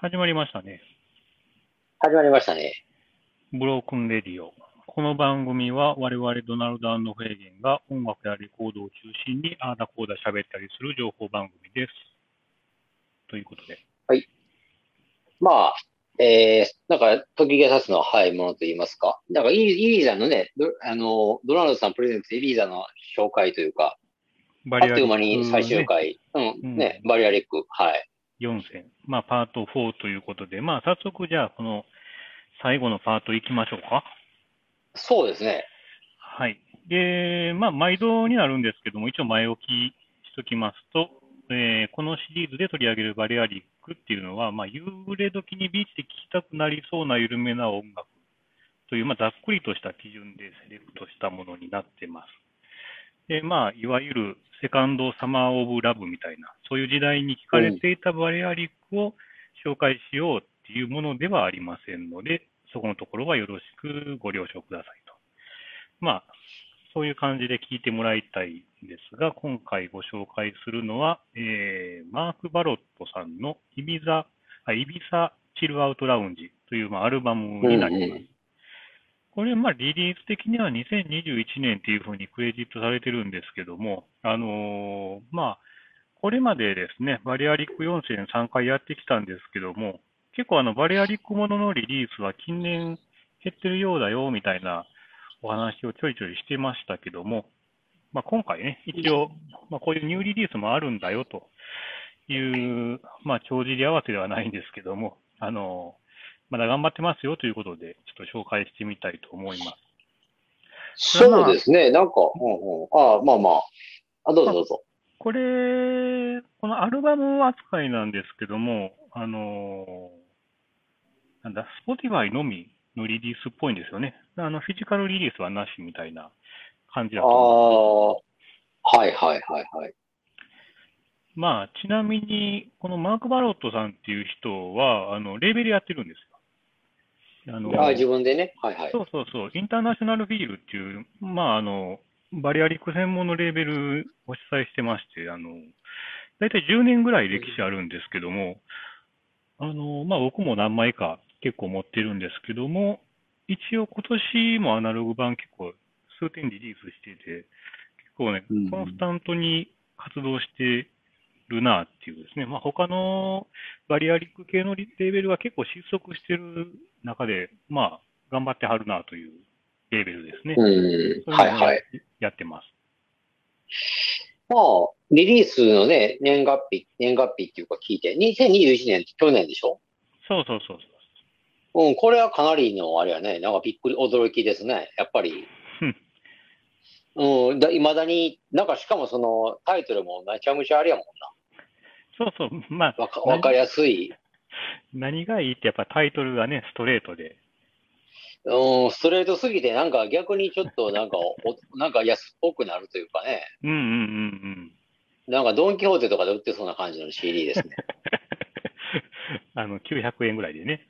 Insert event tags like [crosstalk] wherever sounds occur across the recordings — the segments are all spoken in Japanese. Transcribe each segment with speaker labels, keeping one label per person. Speaker 1: 始まりましたね。
Speaker 2: 始まりましたね。
Speaker 1: ブロークンレディオ。この番組は我々ドナルド・アンド・フェーゲンが音楽やレコードを中心にああだこうだ喋ったりする情報番組です。ということで。
Speaker 2: まあ、えー、なんか、時が経つのは早いものと言いますか。なんかイリ、イリーザのね、ドあの、ドナルドさんプレゼンツイリーザの紹介というか、
Speaker 1: バ
Speaker 2: あっという間に最終回、う
Speaker 1: うん
Speaker 2: ん、ね、バリアリック、はい。
Speaker 1: 4戦。まあ、パート4ということで、まあ、早速じゃあ、この最後のパート行きましょうか。
Speaker 2: そうですね。
Speaker 1: はい。で、まあ、毎度になるんですけども、一応前置きしときますと、えーこのシリーズで取り上げるバレアリックっていうのは、まあ、夕暮れ時にビーチで聴きたくなりそうな緩めな音楽という、まあ、ざっくりとした基準でセレクトしたものになってます。で、まあ、いわゆるセカンドサマー・オブ・ラブみたいな、そういう時代に聞かれていたバレアリックを紹介しようっていうものではありませんので、そこのところはよろしくご了承くださいと。まあ、そういう感じで聞いてもらいたいんですが、今回ご紹介するのは、えーマーク・バロットさんのイビザ、あイビサ・チルアウト・ラウンジという、まあ、アルバムになります。
Speaker 2: うんう
Speaker 1: これ、まあ、リリース的には2021年っていうふうにクレジットされてるんですけども、あのーまあ、これまでですね、バリアリック4戦3回やってきたんですけども、結構あの、バリアリックもののリリースは近年減ってるようだよ、みたいなお話をちょいちょいしてましたけども、まあ、今回ね、一応、まあ、こういうニューリリースもあるんだよという、まあ、帳尻合わせではないんですけども、あの、まだ頑張ってますよということで、ちょっと紹介してみたいと思います。
Speaker 2: そうですね。なんか、うんうん。ああ、まあまあ。あ、どうぞどうぞ。
Speaker 1: これ、このアルバム扱いなんですけども、あのーなんだ、Spotify のみのリリースっぽいんですよね。あの、フィジカルリリースはなしみたいな感じだ
Speaker 2: あ
Speaker 1: と思います
Speaker 2: あ、はいはいはいはい。
Speaker 1: まあ、ちなみに、このマーク・バロットさんっていう人は、あの、レーベルやってるんですよ。あの、
Speaker 2: ああ、自分でね。はいはい。
Speaker 1: そうそうそう、インターナショナルビールっていう、まあ、あの、バリアリック専門のレーベルを主催してまして、あの、大体10年ぐらい歴史あるんですけども、あの、まあ、僕も何枚か結構持ってるんですけども、一応今年もアナログ版結構数点リリースしてて、結構ね
Speaker 2: うん、
Speaker 1: コンスタントに活動してるなっていうですね、まあ、他のバリアリック系のリレーベルは結構失速してる中で、まあ、頑張ってはるなというレーベルですね。
Speaker 2: うん。
Speaker 1: そう
Speaker 2: は
Speaker 1: う
Speaker 2: い
Speaker 1: のを
Speaker 2: はい。
Speaker 1: やってます。
Speaker 2: まあ、リリースのね、年月日、年月日っていうか聞いて、2021年って去年でしょ
Speaker 1: そうそうそうそう。
Speaker 2: うん、これはかなりの、あれやね、なんかびっくり、驚きですね、やっぱり。うん、だ、いまだに、なんかしかもそのタイトルもめちゃめちゃあれやもん
Speaker 1: そうそう、まあ、
Speaker 2: な。わかわかりやすい。
Speaker 1: 何がいいってやっぱタイトルがね、ストレートで。
Speaker 2: うん、ストレートすぎて、なんか逆にちょっとなんかお、 [laughs] なんか安っぽくなるというかね、
Speaker 1: うんうんうんうん。 [laughs]
Speaker 2: なんかドン・キホーテとかで売ってそうな感じの CD です [laughs] ね。
Speaker 1: あの、900円ぐらいでね。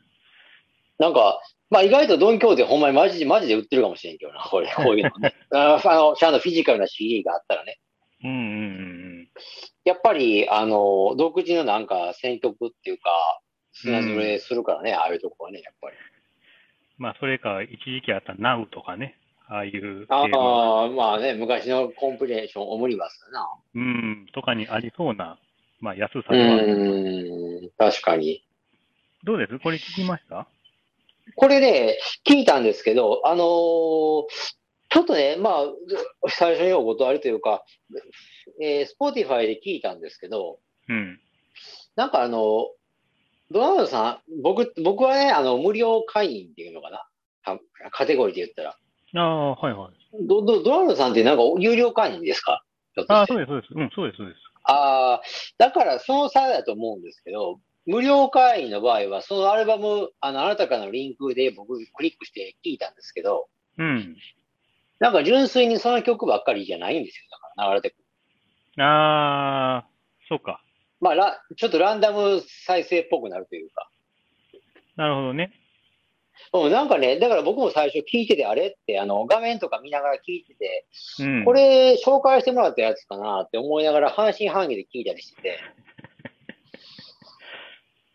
Speaker 2: なんか、まあ意外とドン・キョーテほんまにマジで、マジで売ってるかもしれんけどな、これ、こういうの [laughs] ね。ああの、ちゃんとフィジカルな CD があったらね。
Speaker 1: うんうんうん
Speaker 2: やっぱり、あの、独自のなんか選曲っていうか、砂ぞれするからね、ああいうとこはね、やっぱり。
Speaker 1: まあ、それか、一時期あったナウとかね、ああいう
Speaker 2: あ
Speaker 1: 系の
Speaker 2: あ、まあね、昔のコンプレーション、オムニバスだな。
Speaker 1: うん、とかにありそうな、まあ、安さ
Speaker 2: う
Speaker 1: ではある
Speaker 2: ーん、確かに。
Speaker 1: どうですこれ聞きました
Speaker 2: これね、聞いたんですけど、あのーちょっとね、まあ、最初にお断りというか、えー、Spotify で聞いたんですけど、
Speaker 1: うん。
Speaker 2: なんかあの、ドナルドさん、僕、僕はね、あの、無料会員っていうのかな。かカテゴリーで言ったら。
Speaker 1: ああ、はいはい。
Speaker 2: ど、ど、ドナルドさんってなんか有料会員ですかひょっと
Speaker 1: ああ、
Speaker 2: して
Speaker 1: そうです、そうです。うん、そうです、そうです。
Speaker 2: ああ、だからその差だと思うんですけど、無料会員の場合は、そのアルバム、あの、あなたからのリンクで僕クリックして聞いたんですけど、
Speaker 1: うん。
Speaker 2: なんか純粋にその曲ばっかりじゃないんですよ。だから流れてくる。
Speaker 1: ああ、そうか。
Speaker 2: まあ、ラちょっとランダム再生っぽくなるというか。
Speaker 1: なるほどね。
Speaker 2: うん、なんかね、だから僕も最初聞いてて、あれって、あの、画面とか見ながら聞いてて、
Speaker 1: うん。
Speaker 2: これ、紹介してもらったやつかなって思いながら、半信半疑で聞いたりしてて。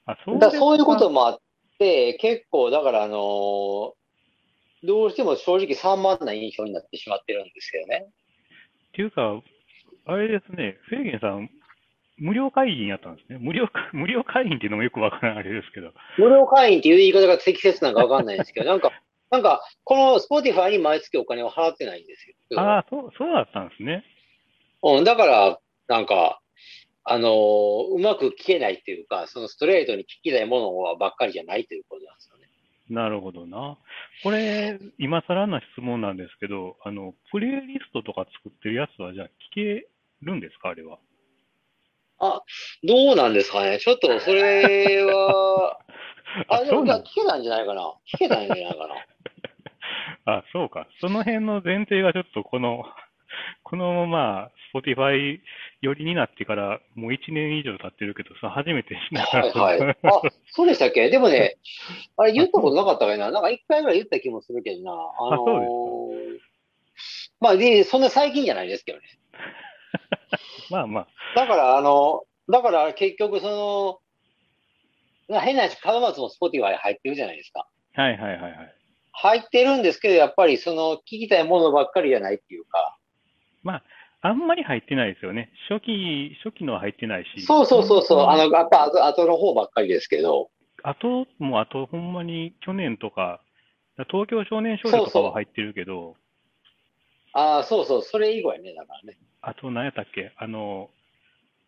Speaker 1: あ、そうで
Speaker 2: だから
Speaker 1: す
Speaker 2: そういうこと
Speaker 1: か
Speaker 2: もあって、結構、だから、あのーどうしても正直散漫な印象になってしまってるんですけどね。
Speaker 1: っていうか、あれですね、フェーゲンさん、無料会員やったんですね。無料、 [laughs] 無料会員っていうのもよくわからんあれですけど。
Speaker 2: 無料会員っていう言い方が適切なのかわかんないん
Speaker 1: [laughs]
Speaker 2: ですけど、なんか、なんか、この Spotify に毎月お金を払ってないんですよ。
Speaker 1: ああ、そう、そうだったんですね。
Speaker 2: うん、だから、なんか、あのーうまく聞けないっていうか、そのストレートに聞きたいものはばっかりじゃないということなんですよね。
Speaker 1: なるほどな。これ、今更な質問なんですけど、あの、プレイリストとか作ってるやつは、じゃあ聞けるんですかあれは。
Speaker 2: どうなんですかねちょっとそれ
Speaker 1: [laughs]
Speaker 2: は、
Speaker 1: あ
Speaker 2: あ、で
Speaker 1: そ
Speaker 2: も
Speaker 1: う
Speaker 2: じゃ
Speaker 1: な
Speaker 2: あ
Speaker 1: ん
Speaker 2: 聞けないんじゃないかな聞けないんじゃないかな
Speaker 1: あ、そうか。その辺の前提がちょっとこの、 [laughs] このまあ、Spotify 寄りになってからもう1年以上経ってるけど、さ、初めてしながら。
Speaker 2: はいはい。あ、そうでしたっけで
Speaker 1: [laughs]
Speaker 2: もね、あれ言ったことなかったかいな。なんか一回ぐらい言った気もするけどな。あのー
Speaker 1: そう
Speaker 2: まあ、で、そんな最近じゃないですけどね。
Speaker 1: [laughs] まあまあ、
Speaker 2: だから、あの、だから結局その、な変な話、門松もスポティファイ入ってるじゃないですか。
Speaker 1: はいはいはいはい。
Speaker 2: 入ってるんですけど、やっぱりその、聞きたいものばっかりじゃないっていうか。
Speaker 1: あんまり入ってないですよね。初期、初期のは入ってないし。
Speaker 2: そうそうそうそう、あの、やっぱ後後の方ばっかりですけど。
Speaker 1: あと、もうあと、ほんまに去年とか、東京少年少女とか
Speaker 2: そうそう
Speaker 1: は入ってるけど、
Speaker 2: ああ、そうそう、それ以外ね、だからね。
Speaker 1: あと、何やったっけあの、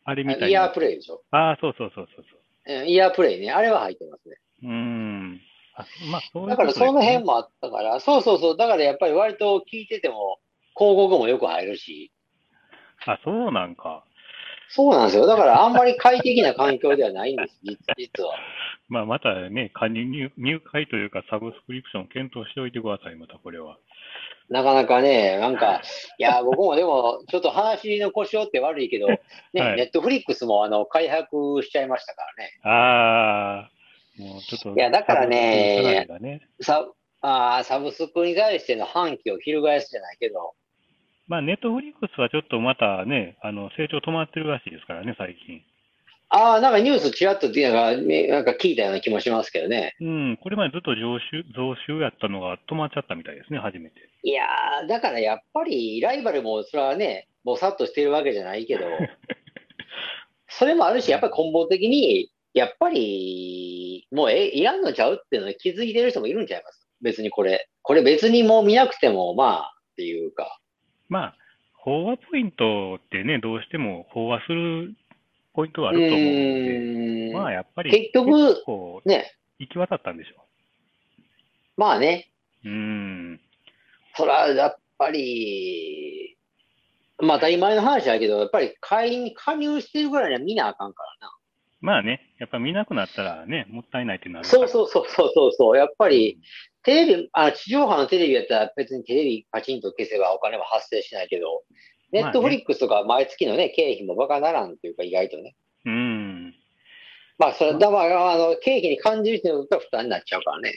Speaker 1: あれみたい
Speaker 2: イヤ
Speaker 1: な
Speaker 2: ー。プレイでしょ。
Speaker 1: ああ、そうそうそうそうそ
Speaker 2: うんイヤープレイね。あれは入ってますね。
Speaker 1: う。うーん。あ、まあ、そういう
Speaker 2: だ
Speaker 1: こ
Speaker 2: か
Speaker 1: とで
Speaker 2: ら
Speaker 1: すね
Speaker 2: その辺もあったから、そうそうそう、だからやっぱり割と聞いてても、広告もよく入るし、
Speaker 1: あ、そうなんか。
Speaker 2: そうなんですよ。だからあんまり快適な環境ではないん
Speaker 1: [laughs]
Speaker 2: です、実実は。
Speaker 1: まあ、またね、加入、入入会というか、サブスクリプション検討しておいてください、またこれは。
Speaker 2: なかなかね、なんか、いや、僕もでも、ちょっと話の腰折って悪いけど、ね、
Speaker 1: はい
Speaker 2: ネットフリックスもあの開発しちゃいましたからね。
Speaker 1: ああ、もうちょっと。
Speaker 2: いやだからね
Speaker 1: サブスクリプションがね
Speaker 2: サあーサブスクに対しての反旗を翻すじゃないけど、
Speaker 1: まあ、ネットフリックスはちょっとまたね、あの成長止まってるらしいですからね、最近。
Speaker 2: ああ、なんかニュースちらっとなんかねなんか聞いたような気もしますけどね。
Speaker 1: うん、これまでずっと増収増収やったのが止まっちゃったみたいですね、初めて。
Speaker 2: いやー、だからやっぱりライバルもそれはね、ぼさっとしてるわけじゃな
Speaker 1: [laughs]
Speaker 2: いけど、それもあるし、やっぱり根本的に、やっぱりもうえいらんのちゃうっていうのに気づいてる人もいるんちゃいます別にこれ。これ別にもう見なくても、まあ、っていうか。
Speaker 1: まあ、飽和ポイントってね、どうしても飽和するポイントはあると思うので、
Speaker 2: うーん
Speaker 1: まあやっぱり
Speaker 2: 結局
Speaker 1: 結構
Speaker 2: ね、
Speaker 1: 行き渡ったんでしょ
Speaker 2: まあね、
Speaker 1: う。うん、
Speaker 2: それはやっぱり、まあ当たり前の話だけど、やっぱり会員に加入してるぐらいには見なあかんからな。
Speaker 1: まあね、やっぱ見なくなったらね、もったいないってなるから
Speaker 2: そうそうそうそうそうそう、やっぱり、テレビ、あ地上波のテレビやったら別にテレビパチンと消せばお金は発生しないけど、ネ
Speaker 1: まあね
Speaker 2: ットフリックスとか毎月のね、経費もバカならんというか意外とね。
Speaker 1: うん、
Speaker 2: まあ、それ、だから、あの、経費に感じる人によっては負担になっちゃうからね。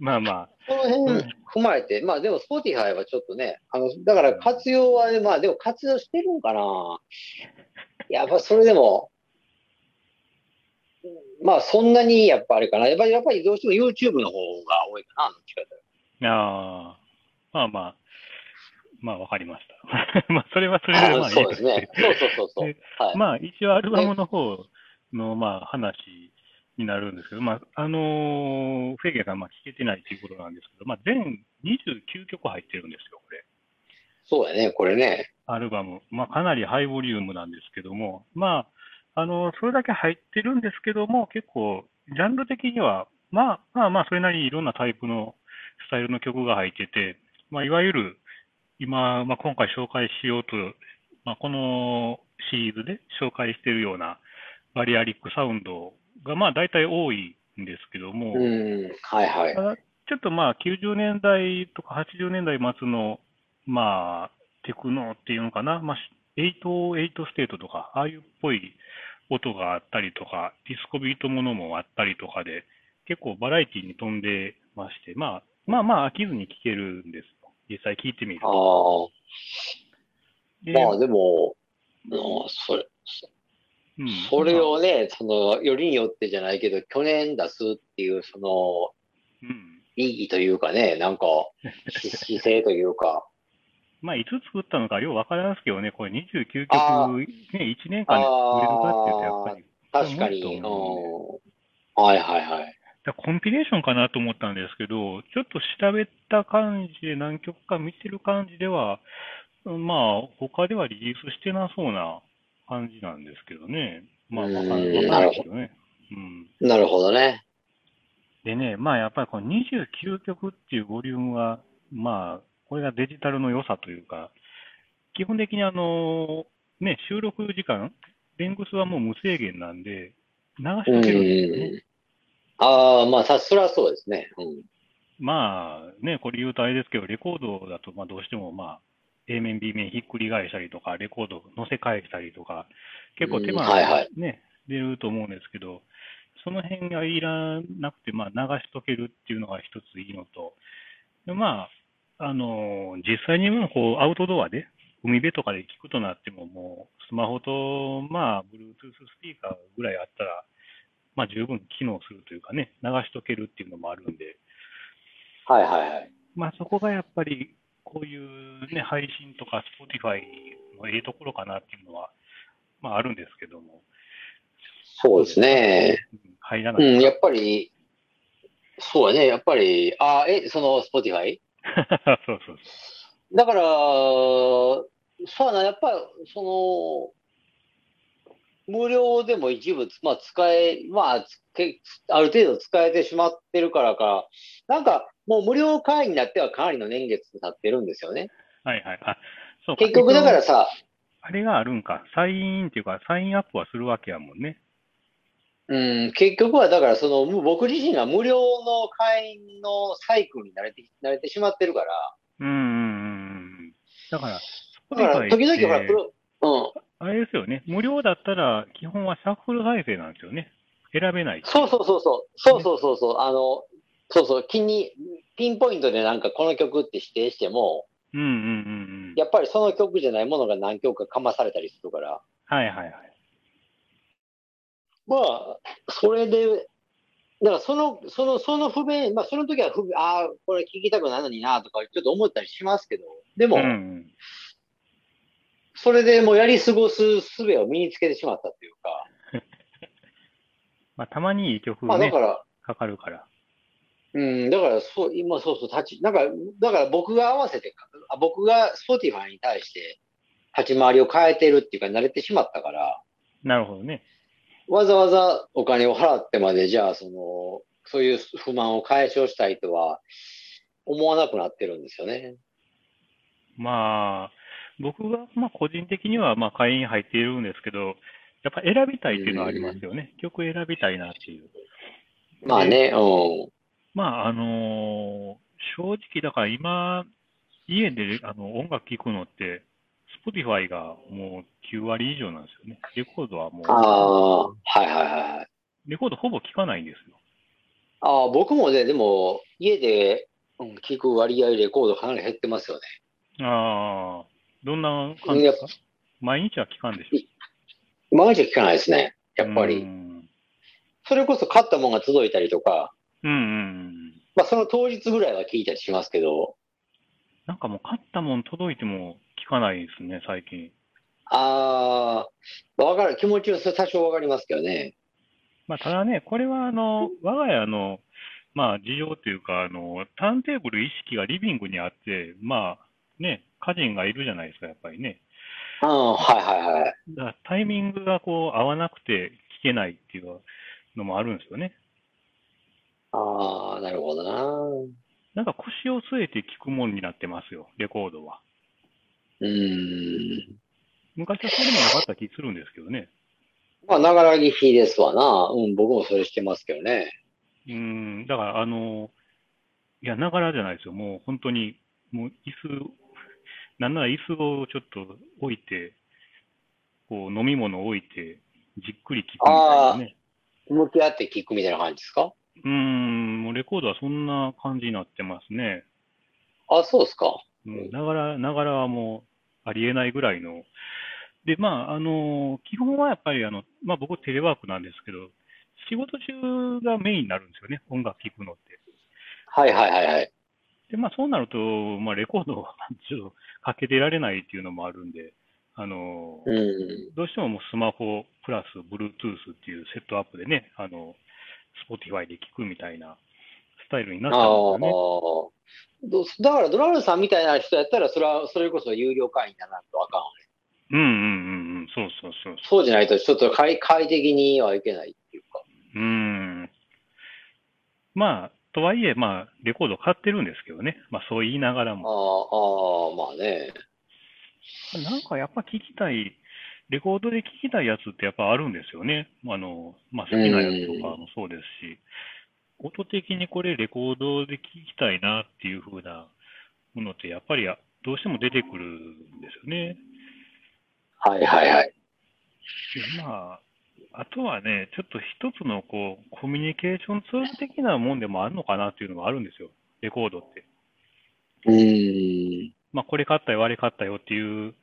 Speaker 1: まあまあ、
Speaker 2: その辺踏まえて、まあでも、スポティファイはちょっとね、あの、だから活用はね、まあでも活用してるんかな。やっぱそれでも、まあそんなにやっぱあれかな。やっぱり、やっぱりどうしても YouTube の方が多いかな、どっちかというと
Speaker 1: あーまあまあ、まあわかりました。 [laughs] まあそれはそれでまあいい
Speaker 2: そう [laughs] ですね。そうそうそうそう。はい。
Speaker 1: まあ、一応アルバムの方の、まあ、話になるんですけど、まあ、あのーフェゲがまあ聴けてないということなんですけど、まあ、全29曲入ってるんですよ、これ。
Speaker 2: そうだね、これね。
Speaker 1: アルバム。まあ、かなりハイボリュームなんですけども、まあ、あのーそれだけ入ってるんですけども、結構、ジャンル的には、まあ、まあまあ、それなりにいろんなタイプのスタイルの曲が入ってて、まあ、いわゆる、今、まあ、今回紹介しようと、まあ、このシリーズで紹介しているようなバリアリックサウンドが、まあ、大体多いんですけども、
Speaker 2: うん。はいはい
Speaker 1: た。だちょっとまあ90年代とか80年代末の、まあ、テクノっていうのかな、まあ、808ステートとか、ああいうっぽい音があったりとか、ディスコビートものもあったりとかで、結構バラエティに飛んでまして、まあ、まあまあ飽きずに聴けるんですよ。実際聴いてみる
Speaker 2: あ
Speaker 1: と。
Speaker 2: あ。
Speaker 1: で
Speaker 2: まあでも、うんそれ、
Speaker 1: うん
Speaker 2: それをね、その、よりによってじゃないけど、去年出すっていう、その、
Speaker 1: うん
Speaker 2: 意義というかね、なんか、 [laughs] し姿勢というか、
Speaker 1: まあ、いつ作ったのかようわからないですけどね、これ29
Speaker 2: あ
Speaker 1: 曲、ね、1年間で売れるかっていうと、やっぱり、
Speaker 2: 確かに、
Speaker 1: そう
Speaker 2: う
Speaker 1: 思
Speaker 2: ん。はいはいはい。
Speaker 1: だからコンピレーションかなと思ったんですけど、ちょっと調べた感じで、何曲か見てる感じでは、うんまあ、他ではリリースしてなそうな感じなんですけどね。まあ、わかんわかんないですけどね。うん。
Speaker 2: なるほどね。
Speaker 1: でね、まあやっぱりこの29曲っていうボリュームは、まあ、これがデジタルの良さというか、基本的にあの、ね、収録時間、レングスはもう無制限なんで、流し
Speaker 2: うん
Speaker 1: と
Speaker 2: うん
Speaker 1: けるんですよね。
Speaker 2: うん。ああ、まあ、さ、それはそうですね。うん。
Speaker 1: まあね、これ言うとあれですけど、レコードだとまあどうしてもまあ、A 面、B 面ひっくり返したりとか、レコード乗せ替えしたりとか、結構手間
Speaker 2: うんはいはい
Speaker 1: ね、出ると思うんですけど、その辺がいらなくて、まあ流しとけるっていうのが一ついいのと、でまあ、あのー実際にもこうアウトドアで、海辺とかで聞くとなっても、もうスマホと、まあ、Bluetooth スピーカーぐらいあったら、まあ十分機能するというかね、流しとけるっていうのもあるんで、
Speaker 2: はいはいはい。
Speaker 1: まあ、そこがやっぱり、こういう、ね、配信とか Spotify のええところかなっていうのは、まあ、あるんですけども、
Speaker 2: そうですね。
Speaker 1: うん入らな
Speaker 2: う
Speaker 1: い、
Speaker 2: ん、やっぱり、そうやね。やっぱり、ああ、え、その、Spotify?
Speaker 1: [laughs] そうそうそ
Speaker 2: だから、そうやな、やっぱり、その、無料でも一部、まあ、使え、まあ、つけある程度使えてしまってるからか、なんか、もう無料会員になってはかなりの年月経ってるんですよね。
Speaker 1: う。はいはい。あ、そうか。
Speaker 2: 結局、だからさ、
Speaker 1: あれがあるんか。サインインっていうか、サインアップはするわけやもんね。
Speaker 2: うん、結局は、だから、その、む僕自身が無料の会員のサイクルに慣れて、慣れてしまってるから、
Speaker 1: うんうんうんうん。だから、
Speaker 2: だから、時
Speaker 1: Spotify っ
Speaker 2: 々、ほら、
Speaker 1: て
Speaker 2: プロ、うん、
Speaker 1: あれですよね。無料だったら、基本はシャッフル再生なんですよね。選べない。
Speaker 2: そうそうそうそう、そうそうそうそう、あの、そうそう、気に、ピンポイントでなんかこの曲って指定しても、
Speaker 1: うんうんうんうん。
Speaker 2: やっぱりその曲じゃないものが何曲かかまされたりするから、
Speaker 1: はいはいはい。
Speaker 2: まあ、それで、だからその、その、その不便、まあその時は不便、ああ、これ聞きたくないのになとか、ちょっと思ったりしますけど、でも、
Speaker 1: うんうん。
Speaker 2: それでもうやり過ごす術を身につけてしまったっていうか、
Speaker 1: まあ、たまにいい曲
Speaker 2: まあだ
Speaker 1: ね
Speaker 2: か、ら、
Speaker 1: かかるから。
Speaker 2: うん、だから、そう、今、そうそう、立ち、なんか、だから僕が合わせて、あ僕が Spotify に対して、立ち回りを変えてるっていうか、慣れてしまったから、
Speaker 1: なるほどね。
Speaker 2: わざわざお金を払ってまで、じゃあ、その、そういう不満を解消したいとは、思わなくなってるんですよね。
Speaker 1: まあ、僕が、まあ、個人的には、まあ、会員入っているんですけど、やっぱ選びたいっていうのはありますよね。曲選びたいなっていう。
Speaker 2: まあね、うん。
Speaker 1: まあ、あのー正直、だから今、家であの音楽聴くのって、Spotify がもう9割以上なんですよね。レコードはも
Speaker 2: あ
Speaker 1: う、
Speaker 2: あ、はいはいはい。
Speaker 1: レコードほぼ聴かないんですよ。
Speaker 2: ああ、僕もね、でも、家で、うん、聞く割合、レコードかなり減ってますよね。
Speaker 1: ああ、どんな感じですか毎日は聴かんでしょ。
Speaker 2: 毎日は聞かないですね。やっぱ
Speaker 1: う
Speaker 2: り。
Speaker 1: ん
Speaker 2: それこそ買ったもんが届いたりとか、
Speaker 1: うんうんうん。
Speaker 2: まあ、その当日ぐらいは聞いたりしますけど、
Speaker 1: なんかもう買ったもん届いても聞かないですね、最近。
Speaker 2: ああ、わかる、気持ちは多少わかりますけどね。
Speaker 1: まあ、ただね、これはあ [laughs] の、我が家の、まあ、事情というか、あの、ターンテーブル意識がリビングにあって、まあ、ね、家人がいるじゃないですか、やっぱりね。
Speaker 2: うん、はいはいはい。
Speaker 1: だからタイミングがこう合わなくて聞けないっていうのもあるんですよね。
Speaker 2: ああ、なるほどな。
Speaker 1: なんか腰を据えて聞くもんになってますよ、レコードは。
Speaker 2: うーん。
Speaker 1: 昔はそうでもなかった気するんですけどね。
Speaker 2: まあ、ながら聞きですわな。うん、僕もそれしてますけどね。
Speaker 1: うん、だから、あの、いや、ながらじゃないですよ。もう本当に、もう椅子、なんなら椅子をちょっと置いて、こう飲み物を置いて、じっくり聞くみたいなね。
Speaker 2: 向き合って聞くみたいな感じですか
Speaker 1: うん、もうレコードはそんな感じになってますね。
Speaker 2: あ、そうですか。
Speaker 1: も
Speaker 2: う
Speaker 1: うんながら、ながらはもうありえないぐらいので、まあ、あの、基本はやっぱり、あの、まあ、僕テレワークなんですけど、仕事中がメインになるんですよね、音楽聴くのって。
Speaker 2: はいはいはいはい。
Speaker 1: で、まあ、そうなると、まあ、レコードを [laughs] ちょっとかけてられないっていうのもあるんで、あの、
Speaker 2: うん。
Speaker 1: どうしてももうスマホプラス Bluetooth っていうセットアップでね、あの、Spotify で聞くみたいなスタイルになっち
Speaker 2: ああ
Speaker 1: ゃうんですよね。
Speaker 2: どだから、ドラルさんみたいな人やったら、それは、それこそ有料会員だなとあかんわね。
Speaker 1: うんうんうんうん、そうそうそうそ
Speaker 2: そうじゃないと、ちょっと快快適にはいけないっていうか。
Speaker 1: う。うん。まあ、とはいえ、まあ、レコード買ってるんですけどね。まあ、そう言いながら
Speaker 2: あ
Speaker 1: も。
Speaker 2: ーあー、まあね。
Speaker 1: なんかやっぱ聞きたい、レコードで聞きたいやつってやっぱあるんですよね。あの、まあ、好きなやつとかもそうですし、音的にこれレコードで聞きたいなっていう風なものってやっぱりどうしても出てくるんですよね。
Speaker 2: はいはいはい。
Speaker 1: でまあ、あとはね、ちょっと一つのこう、コミュニケーションツール的なもんでもあるのかなっていうのがあるんですよ。レコードって。
Speaker 2: うん。
Speaker 1: まあ、これ買ったよ、あれ買ったよっていう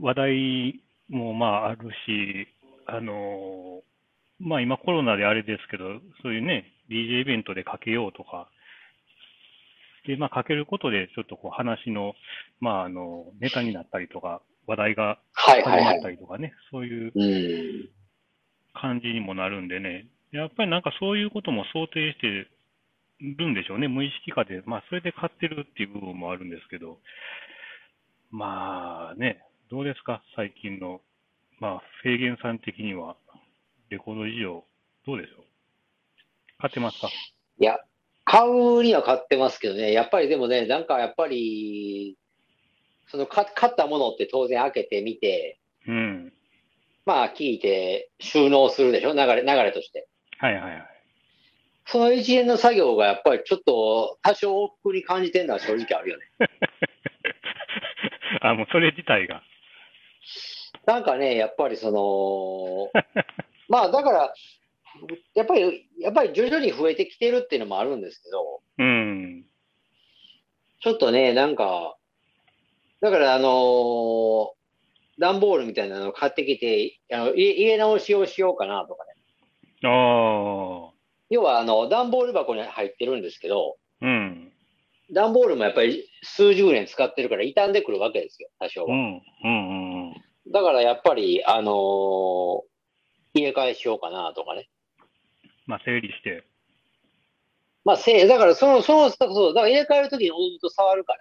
Speaker 1: 話題もまああるし、あのまあ、今コロナであれですけど、そういうね、DJ イベントでかけようとか、で、まあ、かけることで、ちょっとこう話の、まあ、あの、ネタになったりとか、話題が
Speaker 2: はいは
Speaker 1: 始
Speaker 2: い
Speaker 1: ま
Speaker 2: は
Speaker 1: っ
Speaker 2: い。
Speaker 1: たりとかね、そういう
Speaker 2: うん。
Speaker 1: 感じにもなるんでね、やっぱりなんかそういうことも想定してるんでしょうね、無意識化で、まあ、それで買ってるっていう部分もあるんですけど、まあね、どうですか、最近の、まあ、フェーゲンさん的には、レコード事情、どうでしょう、買ってますか
Speaker 2: いや、買うには買ってますけどね、やっぱりでもね、なんかやっぱり、そのか買ったものって当然開けてみて、
Speaker 1: うん、
Speaker 2: まあ聞いて収納するでしょ、流れ流れとして。
Speaker 1: はいはいはい。
Speaker 2: その一連の作業がやっぱりちょっと多少億劫に感じてるのは正直あるよね。
Speaker 1: あ、もうそれ自体が。
Speaker 2: なんかね、やっぱりその、 [laughs] まあだから、やっぱり、やっぱり徐々に増えてきてるっていうのもあるんですけど、
Speaker 1: うん、
Speaker 2: ちょっとね、なんか、だから、あのー段ボールみたいなのを買ってきて、あの入れ入れ直しをしようかなとかね。
Speaker 1: ああ、
Speaker 2: 要は、あの、段ボール箱に入ってるんですけど、
Speaker 1: うん、
Speaker 2: 段ボールもやっぱり数十年使ってるから傷んでくるわけですよ、多少
Speaker 1: う
Speaker 2: は。
Speaker 1: ん、うん、うん。
Speaker 2: だからやっぱり、あのー入れ替えしようかなとかね。
Speaker 1: まあ、整理して。
Speaker 2: まあ、せい、だからその、その、そう、だから入れ替えるときに温度触るか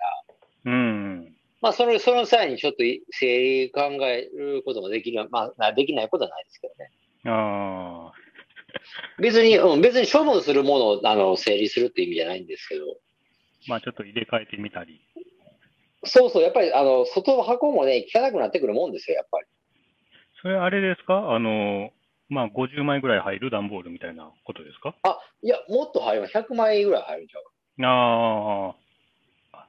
Speaker 2: ら、
Speaker 1: うん。
Speaker 2: まあ、その、その際にちょっと整理考えることもできる、まあな、できないことはないですけどね。
Speaker 1: ああ、
Speaker 2: 別に、うん、別に処分するものをあの整理するって意味じゃないんですけど、
Speaker 1: まあちょっと入れ替えてみたり。
Speaker 2: そうそう、やっぱりあの外の箱もね、汚くなってくるもんですよ、やっぱり。
Speaker 1: それあれですかあの、まあ50枚ぐらい入る段ボールみたいなことですか
Speaker 2: いや、もっと入る、100枚ぐらい入るんちゃうか
Speaker 1: あ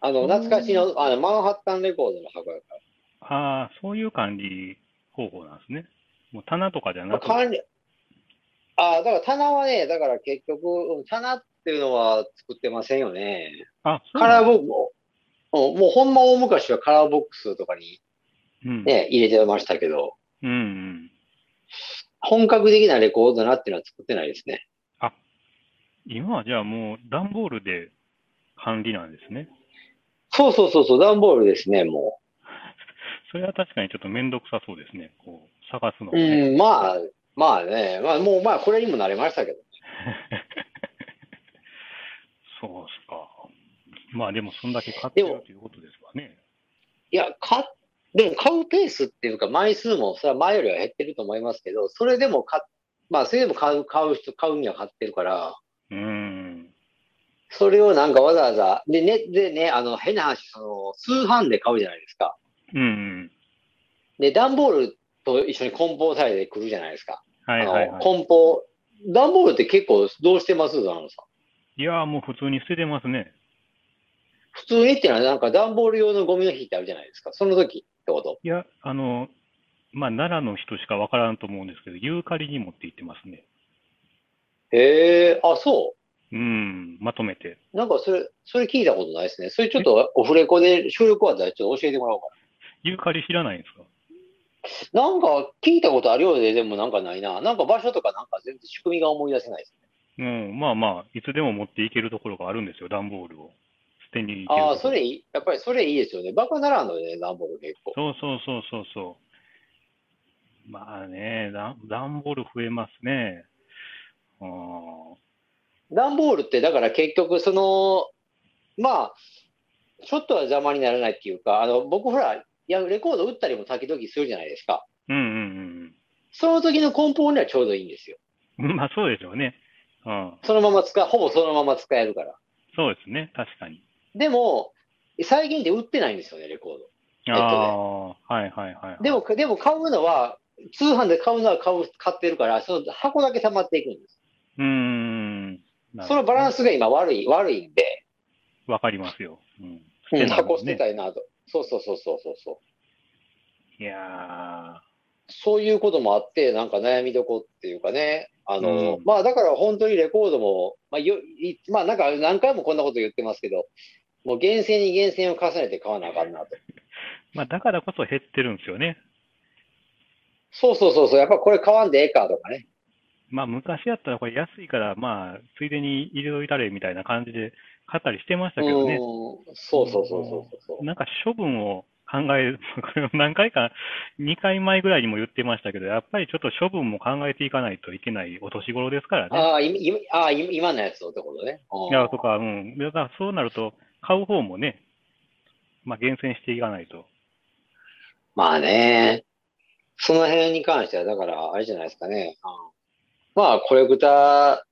Speaker 2: あの、懐かしの、あの、マンハッタンレコードの箱やか
Speaker 1: あ、ああ、そういう管理方法なんですね。もう棚とかじゃ
Speaker 2: ら。
Speaker 1: なくて。
Speaker 2: 管理、ああ、だから棚はね、だから結局、うん棚っていうのは作ってませんよね。
Speaker 1: あ、そう
Speaker 2: カ
Speaker 1: な
Speaker 2: ラー
Speaker 1: ん
Speaker 2: ボックスも、うんもうほんま大昔はカラーボックスとかに
Speaker 1: うん。
Speaker 2: ね、入れてましたけど、
Speaker 1: うんうん。
Speaker 2: 本格的なレコードなっていうのは作ってないですね。
Speaker 1: 今はじゃあもう段ボールで管理なんですね。
Speaker 2: そうそうそうそう、段ボールですね、もう。
Speaker 1: それは確かにちょっとめんどくさそうですね。こう、探すのがね。
Speaker 2: うん、まあ、まあね、まあもうまあこれにも慣れましたけど。
Speaker 1: そうっすか。まあでもそんだけ買って
Speaker 2: で
Speaker 1: る
Speaker 2: も
Speaker 1: ということですわね。
Speaker 2: いや、買っでも買うペースっていうか枚数も、それは前よりは減ってると思いますけど、それでも買っ、まあそれでも買う、買う人、買うには買ってるから、
Speaker 1: うん。
Speaker 2: それをなんかわざわざ、でね、でね、あの変な話、その通販で買うじゃないですか。
Speaker 1: うんうん。
Speaker 2: で、段ボールと一緒に梱包されてくるじゃないですか。
Speaker 1: は
Speaker 2: あ
Speaker 1: い
Speaker 2: の、
Speaker 1: はい、はい。
Speaker 2: 梱包、段ボールって結構どうしてますドラムさん。
Speaker 1: いやーもう普通に捨ててますね。
Speaker 2: 普通にっていうのはなんか段ボール用のゴミの日ってあるじゃないですか。その時ってこと。
Speaker 1: いや、あの、まあ、奈良の人しかわからんと思うんですけど、ユーカリに持って行ってますね。
Speaker 2: へえ、あ、そう。
Speaker 1: うん、まとめて。
Speaker 2: なんかそれ、それ聞いたことないですね。それちょっとオフレコで収録終わったらちょっと教えてもらおうか
Speaker 1: ユーカリ知らないんですか
Speaker 2: なんか聞いたことあるようで、でもなんかないな。なんか場所とかなんか全然仕組みが思い出せないです。
Speaker 1: うん、まあまあ、いつでも持っていけるところがあるんですよ、段ボールを。捨てに行けるところ
Speaker 2: ああ、それいい、やっぱりそれいいですよね。バカならんのね、段ボール結構。
Speaker 1: そうそうそうそうそう。まあね、ダン段ボール増えますね。うん
Speaker 2: 段ボールって、だから結局、その、まあ、ちょっとは邪魔にならないっていうか、あの、僕ほら、いや、レコード打ったりも時々するじゃないですか。
Speaker 1: うんうん
Speaker 2: その時の梱包にはちょうどいいんですよ。
Speaker 1: うん。ま [laughs] あそうでしょうね。うん。
Speaker 2: そのまま使う、ほぼそのまま使えるから。
Speaker 1: そうですね、確かに。
Speaker 2: でも、最近って売ってないんですよね、レコー
Speaker 1: ああ、はいはいはい。
Speaker 2: ド。でも、でも買うのは、通販で買うのは買う買ってるから、その箱だけ溜まっていくんです。
Speaker 1: うーん。
Speaker 2: そのバラン
Speaker 1: ス。
Speaker 2: スが今悪い、悪いんで、
Speaker 1: わかりますよ。うん。
Speaker 2: う
Speaker 1: ないもんね
Speaker 2: ん、箱捨てたいなと。そうそうそうそうそうそう。
Speaker 1: いや
Speaker 2: そういうこともあって、なんか悩みどこっていうかね、あの、
Speaker 1: うん
Speaker 2: まあだから本当にレコードも、まあよいまあなんか何回もこんなこと言ってますけど、もう厳選に厳選を重ねて買わなあかんなと。
Speaker 1: ーまあだからこそ減ってるんですよね。
Speaker 2: そうそうそうそう、やっぱこれ買わんでええかとかね。
Speaker 1: まあ昔やったらこれ安いから、まあついでに入れといたれみたいな感じで買ったりしてましたけどね。
Speaker 2: うん、そうそうそうそうそう。
Speaker 1: なんか処分を考える、 [laughs] これ何回か、2回前ぐらいにも言ってましたけど、やっぱりちょっと処分も考えていかないといけないお年頃ですからね。
Speaker 2: ああ、いいああい今のやつをってことね。
Speaker 1: いやとか、うん。だからそうなると、買う方もね、まあ厳選していかないと。
Speaker 2: まあね、その辺に関しては、だから、あれじゃないですかね。あのまあ、コレクタ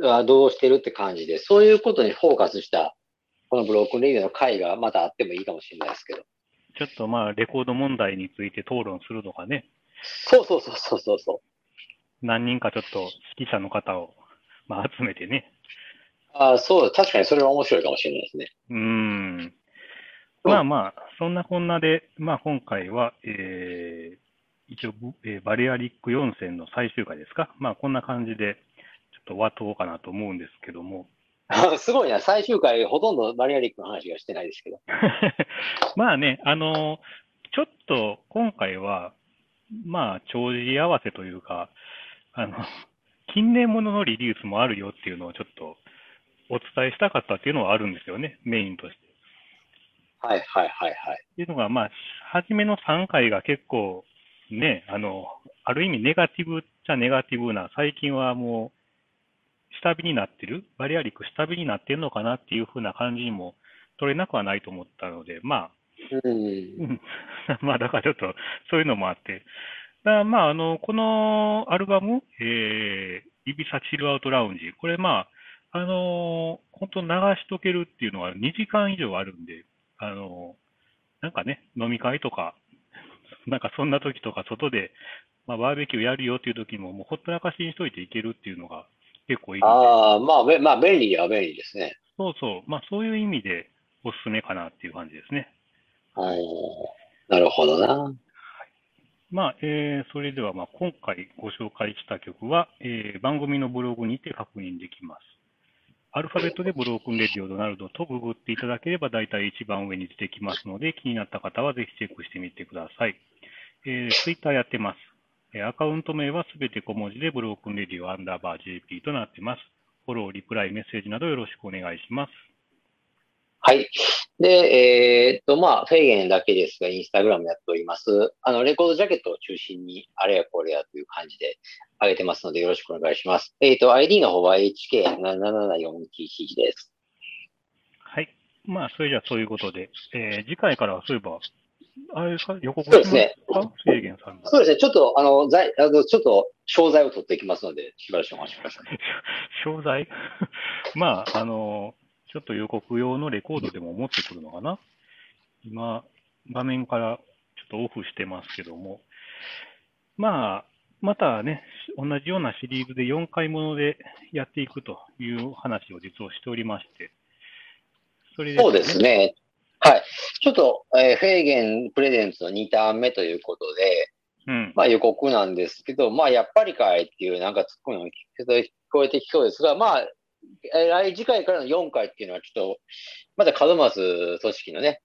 Speaker 2: ーはどうしてるって感じで、そういうことにフォーカスした、このブロックンレビューの回がまたあってもいいかもしれないですけど。
Speaker 1: ちょっとまあレコード問題について討論するとかね、
Speaker 2: そうそうそうそうそうそう。
Speaker 1: 何人かちょっと指揮者の方を、まあ、集めてね。
Speaker 2: ああ、そう、確かにそれは面白いかもしれないですね。
Speaker 1: うーん。まあまあ、そんなこんなで、まあ今回は、えー一応、えーバリアリック4選の最終回ですか。まあこんな感じで、ちょっと終わっとこうかなと思うんですけども。
Speaker 2: すごいな、最終回、ほとんどマリアリックの話がしてないですけど。
Speaker 1: [laughs] まあね、あのーちょっと今回は、まあ、帳尻合わせというか、あの、 [laughs] 近年もののリリースもあるよっていうのをちょっとお伝えしたかったっていうのはあるんですよね、メインとして。
Speaker 2: はいはいはいはい。
Speaker 1: っていうのが、まあ、初めの3回が結構、ね、あの、ある意味ネガティブっちゃネガティブな、最近はもう、下火になってる、バリアリック下火になってるのかなっていう風な感じにも取れなくはないと思ったので、まあ、
Speaker 2: うん。
Speaker 1: うん [laughs] まあ、だからちょっと、そういうのもあって。だからまあ、あの、このアルバム、えー、イビサチルアウトラウンジ、これまあ、あのー本当流しとけるっていうのは2時間以上あるんで、あのーなんかね、飲み会とか、 [laughs] なんかそんな時とか外で、まあ、バーベキューやるよっていう時も、もうほったらかしにしといていけるっていうのが結構いいので
Speaker 2: ああ、まあ、べまあ、便利は便利ですね。
Speaker 1: そうそう、まあそういう意味でおすすめかなっていう感じですね。
Speaker 2: おーなるほどな。
Speaker 1: まあ、えーそれでは、まあ、今回ご紹介した曲は、えー番組のブログにて確認できます。アルファベットでブロークンレディオドナルドとググっていただければ大体一番上に出てきますので、気になった方はぜひチェックしてみてください。えー、ツイッターやってます。えーアカウント名はすべて小文字でブロークンレディオアンダーバー JP となってます。フォロー、リプライ、メッセージなどよろしくお願いします。
Speaker 2: はい。で、えーっと、まあ、フェイゲンだけですが、インスタグラムやっております。あの、レコードジャケットを中心に、あれやこれやという感じで上げてますので、よろしくお願いします。えーっと、ID の方は HK7774TC です。
Speaker 1: はい。まあ、それじゃあ、そういうことで、えー次回からはそういえば、あれですか、予告し
Speaker 2: そう
Speaker 1: ま
Speaker 2: ですね
Speaker 1: すか制限さんの。
Speaker 2: そうですね。ちょっと、あの、在あのちょっと、詳細を取っていきますので、しばらくお待ちください。
Speaker 1: 商材 [laughs] まあ、あの、ちょっと予告用のレコードでも持ってくるのかな今、画面からちょっとオフしてますけども。まあ、またね、同じようなシリーズで4回ものでやっていくという話を実はしておりまして。それ
Speaker 2: そうです。ね。はい。ちょっと、えーフェイゲンプレゼンツの2ターン目ということで、
Speaker 1: うん。
Speaker 2: まあ予告なんですけど、まあやっぱりかいっていうなんかツッコミも聞こえてきそうですが、まあ、えー来次回からの4回っていうのはちょっと、まだ門松組織のね、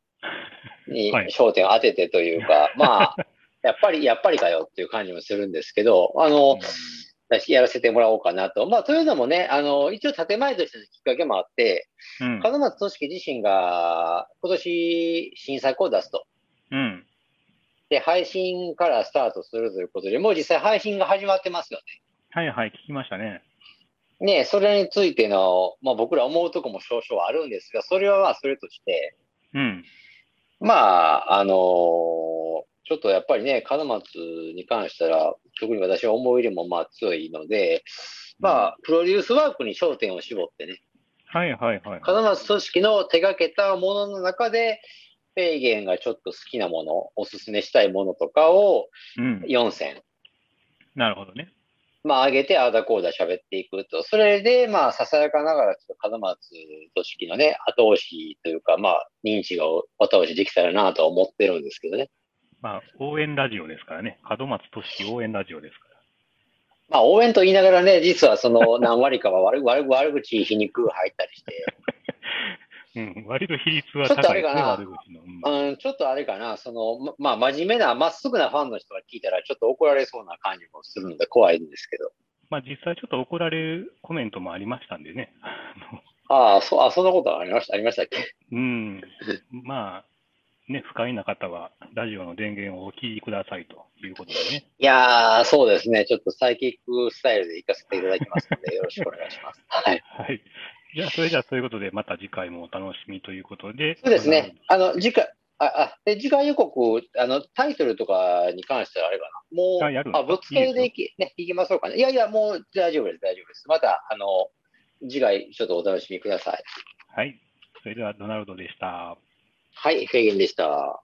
Speaker 2: に
Speaker 1: はい
Speaker 2: 焦点を当ててというか、まあ、やっぱり、やっぱりかよっていう感じもするんですけど、あの、やらせてもらおうかなと。まあ、というのもね、あの、一応建前としてのきっかけもあって、
Speaker 1: うん。
Speaker 2: 門松俊樹自身が今年新作を出すと。
Speaker 1: うん。
Speaker 2: で、配信からスタートするということで、もう実際配信が始まってますよ
Speaker 1: はいはい、聞きましたね。
Speaker 2: ね。ね、それについての、まあ僕ら思うとこも少々あるんですが、それはまあそれとして、
Speaker 1: うん。
Speaker 2: まあ、あのちょっとやっぱりね、門松に関したら、特に私は思い入れもまあ強いので、まあ、プロデュースワークに焦点を絞ってね、
Speaker 1: はいはいはい。
Speaker 2: 門松組織の手がけたものの中で、ペーゲンがちょっと好きなもの、おすすめしたいものとかを
Speaker 1: うん。
Speaker 2: 4選、
Speaker 1: なるほどね。
Speaker 2: まあ上げて、ああだこうだ喋っていくと。それで、まあ、ささやかながら、ちょっと門松組織のね、後押しというか、まあ、認知が後押しできたらなとは思ってるんですけどね。
Speaker 1: まあ、応援ラジオですからね。門松俊樹応援ラジオですか
Speaker 2: まあ、応援と言いながらね、実はその [laughs] 何割かは悪悪悪口、皮肉入ったりして、
Speaker 1: ら。うん。割と比率は
Speaker 2: ちょっとあ
Speaker 1: 高い
Speaker 2: れ
Speaker 1: で
Speaker 2: か
Speaker 1: す
Speaker 2: な
Speaker 1: ね、悪口の。うん
Speaker 2: うん、ちょっとあれかな、その、ままあ、真面目な、まっすぐなファンの人が聞いたら、ちょっと怒られそうな感じもするので怖いんですけど。
Speaker 1: まあ、実際ちょっと怒られるコメントもありましたんでね。
Speaker 2: ああ、そ、あ、そんなことありました、ありましたっけ
Speaker 1: うん。まあ、ね、不快な方は、ラジオの電源をお聞きくださいということでね。
Speaker 2: いやー、そうですね。ちょっとサイキックスタイルで行かせていただきますので、よろしくお願いします。はい。
Speaker 1: はい。じゃあ、それじゃあ、そういうことで、また次回もお楽しみということで。
Speaker 2: そうですね。あの、次回、あ、あ、で、次回予告、あの、タイトルとかに関してはあれかな。もう、
Speaker 1: あやるんですか
Speaker 2: あ、ぶつけでいき、ね、行きましょうかね。いやいや、もう大丈夫です、大丈夫です。また、あの、次回、ちょっとお楽しみください。
Speaker 1: はい。それでは、ドナルドでした。
Speaker 2: はい、フェイゲンでした。